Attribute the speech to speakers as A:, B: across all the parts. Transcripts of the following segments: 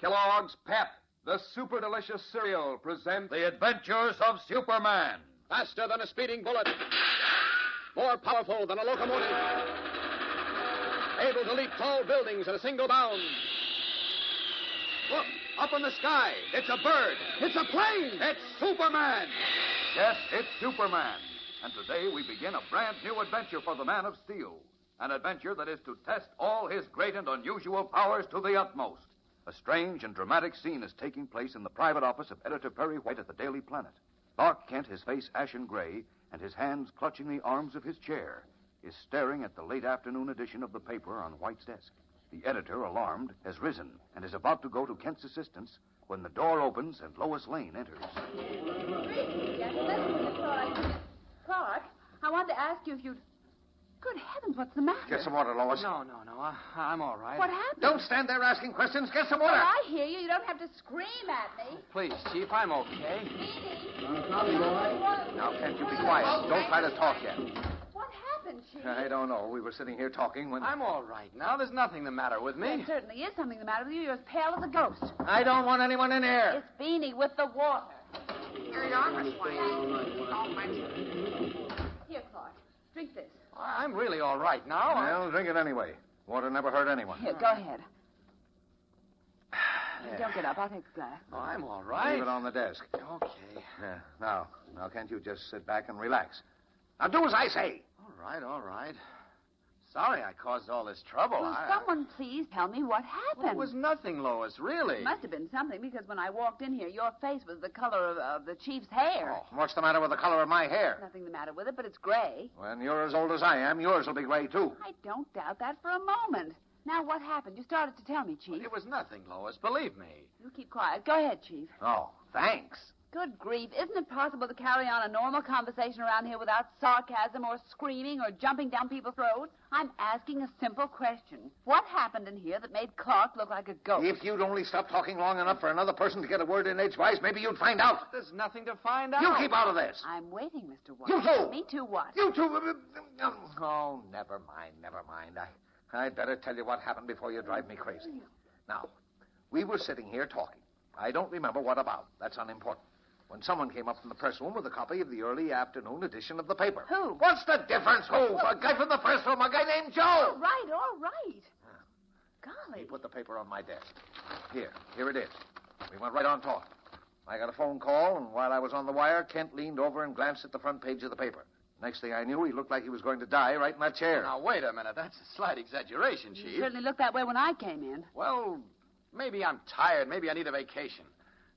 A: Kellogg's Pep, the super delicious cereal, presents The Adventures of Superman. Faster than a speeding bullet, more powerful than a locomotive, able to leap tall buildings in a single bound. Look, up in the sky, it's a bird, it's a plane, it's Superman. Yes, it's Superman. And today we begin a brand new adventure for the Man of Steel. An adventure that is to test all his great and unusual powers to the utmost. A strange and dramatic scene is taking place in the private office of editor Perry White at the Daily Planet. Clark Kent, his face ashen gray and his hands clutching the arms of his chair, is staring at the late afternoon edition of the paper on White's desk. The editor, alarmed, has risen and is about to go to Kent's assistance when the door opens and Lois Lane enters.
B: Clark, I wanted to ask you if you'd. Good heavens, what's the matter?
A: water, Lois.
C: No, no, no. I, I'm all right.
B: What happened?
A: stand there asking questions. Get some
B: Well, I hear you. You don't have to scream at me.
C: Please, Chief, I'm okay.
A: Now, Kent, you be quiet. Don't try to talk yet.
B: What happened, Chief?
A: don't know. We were sitting here talking when.
C: I'm all right now. There's nothing the matter with me.
B: There certainly is something the matter with you. You're as pale as a ghost.
C: I don't want anyone in here.
B: It's Beanie with the water.
D: Here you are, Miss Wayne. Don't mention it.
B: Here, Clark. Drink this.
C: I- I'm really all right now. I-
A: Well, drink it anyway. Water never hurt anyone.
B: Here, go ahead. You Don't get up. I'll take the glass.
C: Oh, I'm all
A: Leave it
C: right.
A: on the desk.
C: Okay.
A: Yeah. Now, now, can't you just sit back and relax? Now, do as I say.
C: All right, all right. Sorry I caused all this trouble.
B: Will
C: I-
B: someone please tell me what
C: Well, it
B: happened?
C: was nothing, Lois, really.
B: It must have been something because when I walked in here, your face was the color of, of the chief's hair.
A: Oh, What's the matter with the color of my hair?
B: Nothing the matter with it, but it's gray.
A: When you're as old as I am, yours will be gray, too.
B: I don't doubt that for a moment. Now, what happened? You started to tell me, Chief.
C: It was nothing, Lois. Believe me.
B: You keep quiet. Go ahead, Chief.
A: Oh, thanks.
B: Good grief. Isn't it possible to carry on a normal conversation around here without sarcasm or screaming or jumping down people's throats? I'm asking a simple question. What happened in here that made Clark look like a ghost?
A: If you'd only stop talking long enough for another person to get a word in edgewise, maybe you'd find out.
C: There's nothing to find out.
A: You keep out of this.
B: I'm waiting, Mr. Watts.
A: You too.
B: Me too, Watts.
A: You two. uh, Oh, never mind, never mind. I, I'd better tell you what happened before you drive me crazy. Now, we were sitting here talking. I don't remember what about. That's unimportant. When someone came up from the press room with a copy of the early afternoon edition of the paper.
B: Who?
A: What's the difference? Who? a guy from the press room, a guy named
B: All
A: Joe.
B: right, all right.
A: Ah.
B: Golly.
A: He put the paper on my desk. Here, here it is. We went right on talking. I got a phone call, and while I was on the wire, Kent leaned over and glanced at the front page of the paper. Next thing I knew, he looked like he was going to die right in that chair.
C: Now, wait a minute. That's a slight exaggeration,
B: You
C: Chief.
B: certainly looked that way when I came in.
C: Well, maybe I'm tired. Maybe I need a vacation.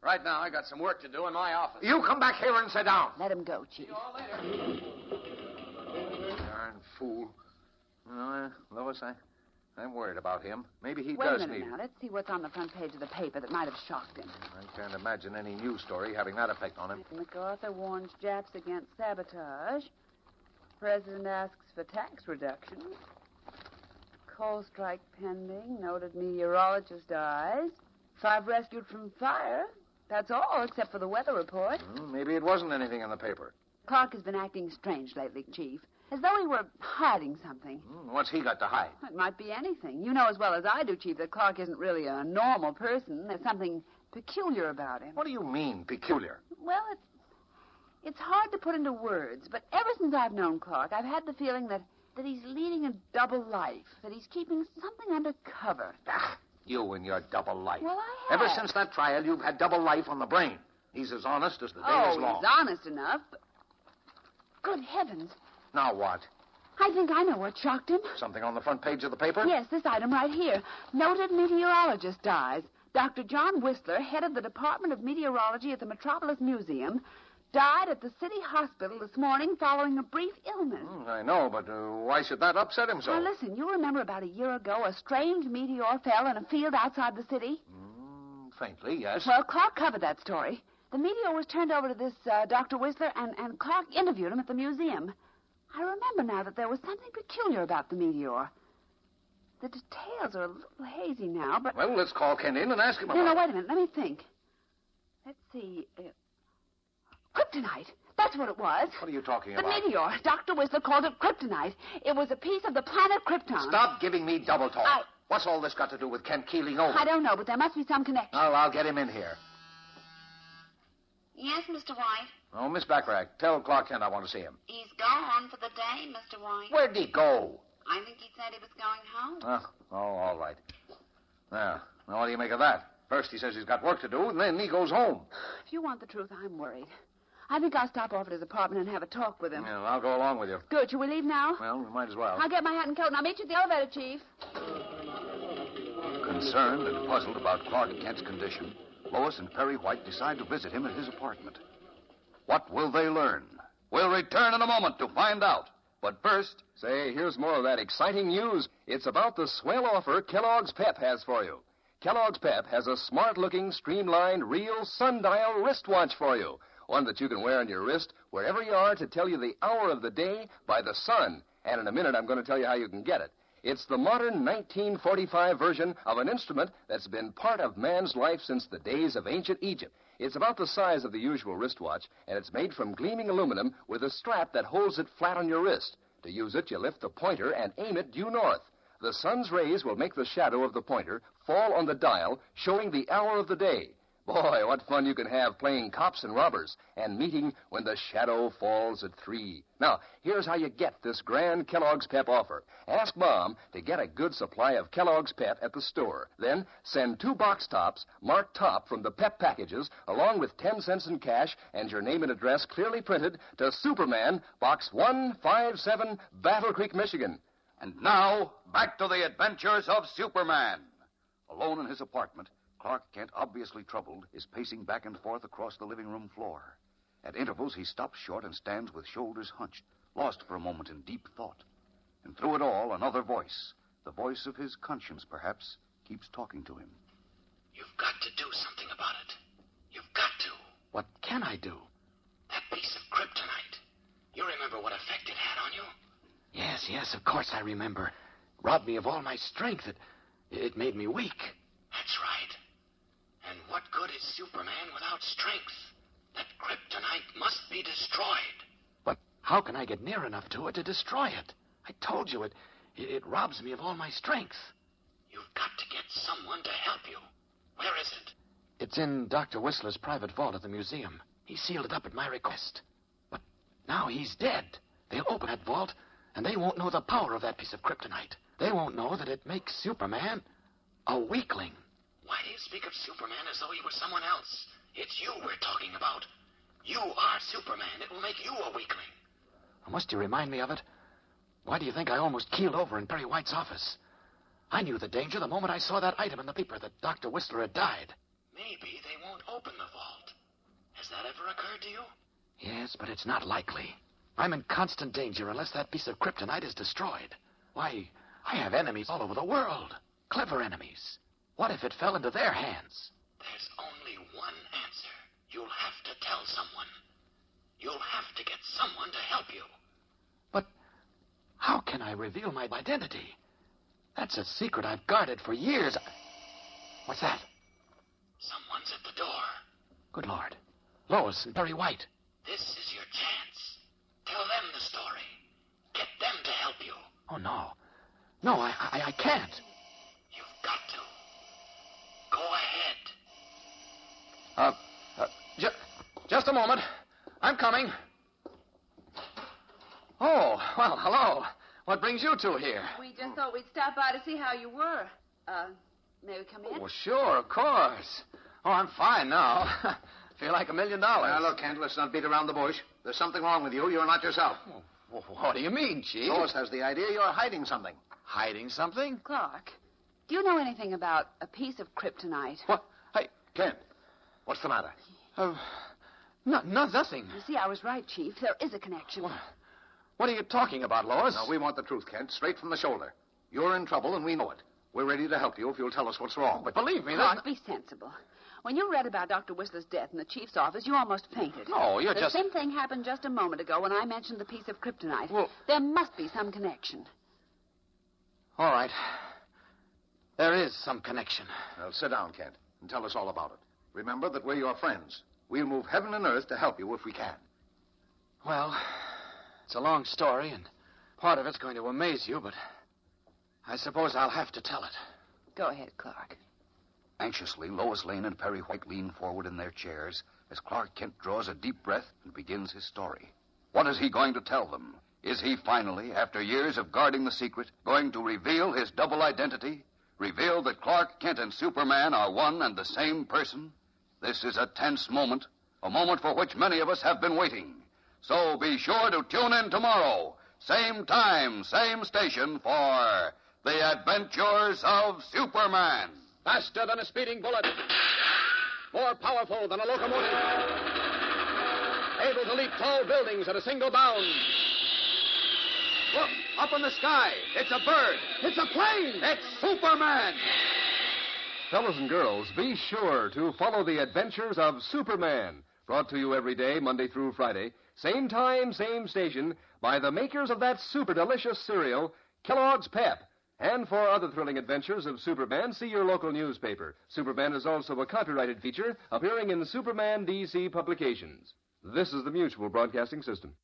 C: Right now, I got some work to do in my office.
A: You come back here and sit down.
B: Let him go, Chief.
A: Darn fool. No, uh, Lois, I, I'm worried about him. Maybe he
B: Wait a
A: does
B: minute
A: need
B: now. Let's see what's on the front page of the paper that might have shocked him.
A: I can't imagine any news story having that effect on him.
B: MacArthur warns Japs against sabotage. President asks for tax reduction. Coal strike pending. Noted meteorologist dies. Five rescued from fire. That's all, except for the weather report.
A: Hmm, maybe it wasn't anything in the paper.
B: Clark has been acting strange lately, Chief. As though he were hiding something.
A: Hmm, what's he got to hide?
B: It might be anything. You know as well as I do, Chief, that Clark isn't really a normal person. There's something peculiar about him.
A: What do you mean, peculiar?
B: Well, it's it's hard to put into words, but ever since I've known Clark, I've had the feeling that that he's leading a double life, that he's keeping something undercover.
A: Ah, you and your double life.
B: Well, I have.
A: Ever since that trial, you've had double life on the brain. He's as honest as the day
B: oh,
A: is long.
B: he's honest enough. But... Good heavens!
A: Now what?
B: I think I know what shocked him.
A: Something on the front page of the paper?
B: Yes, this item right here. Noted meteorologist dies. Dr. John Whistler, head of the Department of Meteorology at the Metropolis Museum, died at the city hospital this morning following a brief illness.
A: Hmm, I know, but uh, why should that upset him so?
B: Now, listen, you remember about a year ago a strange meteor fell in a field outside the city?
A: Hmm,
E: Faintly, yes.
B: Well, Clark covered that story. The meteor was turned over to this uh, Dr. Whistler, and, and Clark interviewed him at the museum. I remember now that there was something peculiar about the meteor. The details are a little hazy now, but.
A: Well, let's call Kent in and ask him
B: No, no,
A: about it.
B: wait a minute. Let me think. Let's see. Uh, kryptonite. That's what it was.
A: What are you talking
B: The
A: about?
B: meteor. Dr. Whistler called it kryptonite. It was a piece of the planet Krypton.
A: Stop giving me double talk.
B: I-
A: What's all this got to do with Kent keeling over?
B: I don't know, but there must be some connection.
A: Well, I'll get him in here.
D: Yes, Mr. White.
A: Oh, Miss Bacharach, tell Clark Kent I want to see him.
D: He's gone for the day, Mr. White.
A: Where'd he go?
D: I think he said he was going home.
A: Oh, oh, all right. Now, now, what do you make of that? First he says he's got work to do, and then he goes home.
B: If you want the truth, I'm worried. I think I'll stop off at his apartment and have a talk with him.
A: Well, I'll go along with you.
B: Good. Shall we leave now?
A: Well, we might as well.
B: I'll get my hat and coat, and I'll meet you at the elevator, Chief.
A: Concerned and puzzled about Clark Kent's condition, Lois and Perry White decide to visit him at his apartment.
E: What will they learn? We'll return in a moment to find out. But first,
A: Say, here's more of that exciting news. It's about the swell offer Kellogg's Pep has for you. Kellogg's Pep has a smart looking, streamlined, real sundial wristwatch for you. One that you can wear on your wrist wherever you are to tell you the hour of the day by the sun. And in a minute, I'm going to tell you how you can get it. It's the modern 1945 version of an instrument that's been part of man's life since the days of ancient Egypt. It's about the size of the usual wristwatch, and it's made from gleaming aluminum with a strap that holds it flat on your wrist. To use it, you lift the pointer and aim it due north. The sun's rays will make the shadow of the pointer fall on the dial, showing the hour of the day. Boy, what fun you can have playing cops and robbers and meeting when the shadow falls at three. Now, here's how you get this grand Kellogg's Pep offer. Ask Mom to get a good supply of Kellogg's Pep at the store. Then send two box tops marked top from the Pep packages along with 10 cents in cash and your name and address clearly printed to Superman, Box 157, Battle Creek, Michigan.
E: and now, back to the adventures of Superman. Alone in his apartment, Clark Kent, obviously troubled, is pacing back and forth across the living room floor. At intervals, he stops short and stands with shoulders hunched, lost for a moment in deep thought. And through it all, another voice, the voice of his conscience, perhaps, keeps talking to him.
C: You've got to do something about it. You've got to.
A: What can I do?
C: That piece of kryptonite. You remember what effect it had on you?
A: Yes, yes, of course I remember. Robbed me of all my strength. It, it made me weak.
C: That's right. And what good is Superman without strength? That kryptonite must be destroyed.
A: But how can I get near enough to it to destroy it? I told you it it, it robs me of all my strength.
C: You've got to get someone to help you. Where is it?
A: It's in Dr. Whistler's private vault at the museum. He sealed it up at my request. But now he's dead. They'll open that vault, and they won't know the power of that piece of kryptonite. They won't know that it makes Superman a weakling.
C: Why do you speak of Superman as though he were someone else? It's you we're talking about. You are Superman. It will make you a weakling.
A: Must you remind me of it? Why do you think I almost keeled over in Perry White's office? I knew the danger the moment I saw that item in the paper that Dr. Whistler had died.
C: Maybe they won't open the vault. Has that ever occurred to you?
A: Yes, but it's not likely. I'm in constant danger unless that piece of kryptonite is destroyed. Why, I have enemies all over the world. Clever enemies. What if it fell into their hands?
C: There's only one answer. You'll have to tell someone. You'll have to get someone to help you.
A: But how can I reveal my identity? That's a secret I've guarded for years. What's that?
C: Someone's at the door.
A: Good Lord. Lois and Perry White.
C: This is your chance. Tell them the story. Get them to help you.
A: Oh, no. No, I, I, I can't.
C: You've got to. Go ahead.
A: Uh, uh ju- just a moment. I'm coming. Oh, well, hello. What brings you two here?
B: We just thought we'd stop by to see how you were. Uh, may we come in?
A: Well, sure, of course. Oh, I'm fine now. Feel like a million dollars.
F: Now, look, Kent, let's not beat around the bush. There's something wrong with you. You're not yourself.
A: Wh- What do you mean, Chief?
F: Lois has the idea you're hiding something.
A: hiding something?
B: Clark, do you know anything about a piece of kryptonite?
A: What? I.
F: Kent, what's the matter?
A: Uh, no, no, nothing.
B: You see, I was right, Chief. There is a connection.
A: What are you talking about, Lois?
F: Now, we want the truth, Kent, straight from the shoulder. You're in trouble, and we know it.
G: We're ready to help you if you'll tell us what's wrong.
C: But believe me,
B: Clark,
C: that.
B: be sensible. When you read about Dr. Whistler's death in the chief's office, you almost fainted.
C: No, Oh, you're
B: the
C: just-
B: The same thing happened just a moment ago when I mentioned the piece of kryptonite.
C: Well-
B: There must be some connection.
C: All right. There is some connection.
G: Now, sit down, Kent, and tell us all about it. Remember that we're your friends. We'll move heaven and earth to help you if we can.
C: Well, it's a long story, and part of it's going to amaze you, but I suppose I'll have to tell it.
B: Go ahead, Clark.
A: Anxiously, Lois Lane and Perry White lean forward in their chairs as Clark Kent draws a deep breath and begins his story. What is he going to tell them? Is he finally, after years of guarding the secret, going to reveal his double identity? Reveal that Clark Kent and Superman are one and the same person? This is a tense moment, a moment for which many of us have been waiting. So be sure to tune in tomorrow, same time, same station, for The Adventures of Superman.
C: Faster than a speeding bullet. More powerful than a locomotive. Able to leap tall buildings at a single bound.
A: Look, up in the sky. It's a bird. It's a plane. It's Superman.
C: Fellows and girls, be sure to follow the adventures of Superman. Brought to you every day, Monday through Friday, same time, same station, by the makers of that super delicious cereal, Kellogg's Pep. And for other thrilling adventures of Superman, see your local newspaper. Superman is also a copyrighted feature appearing in Superman DC publications. This is the Mutual Broadcasting System.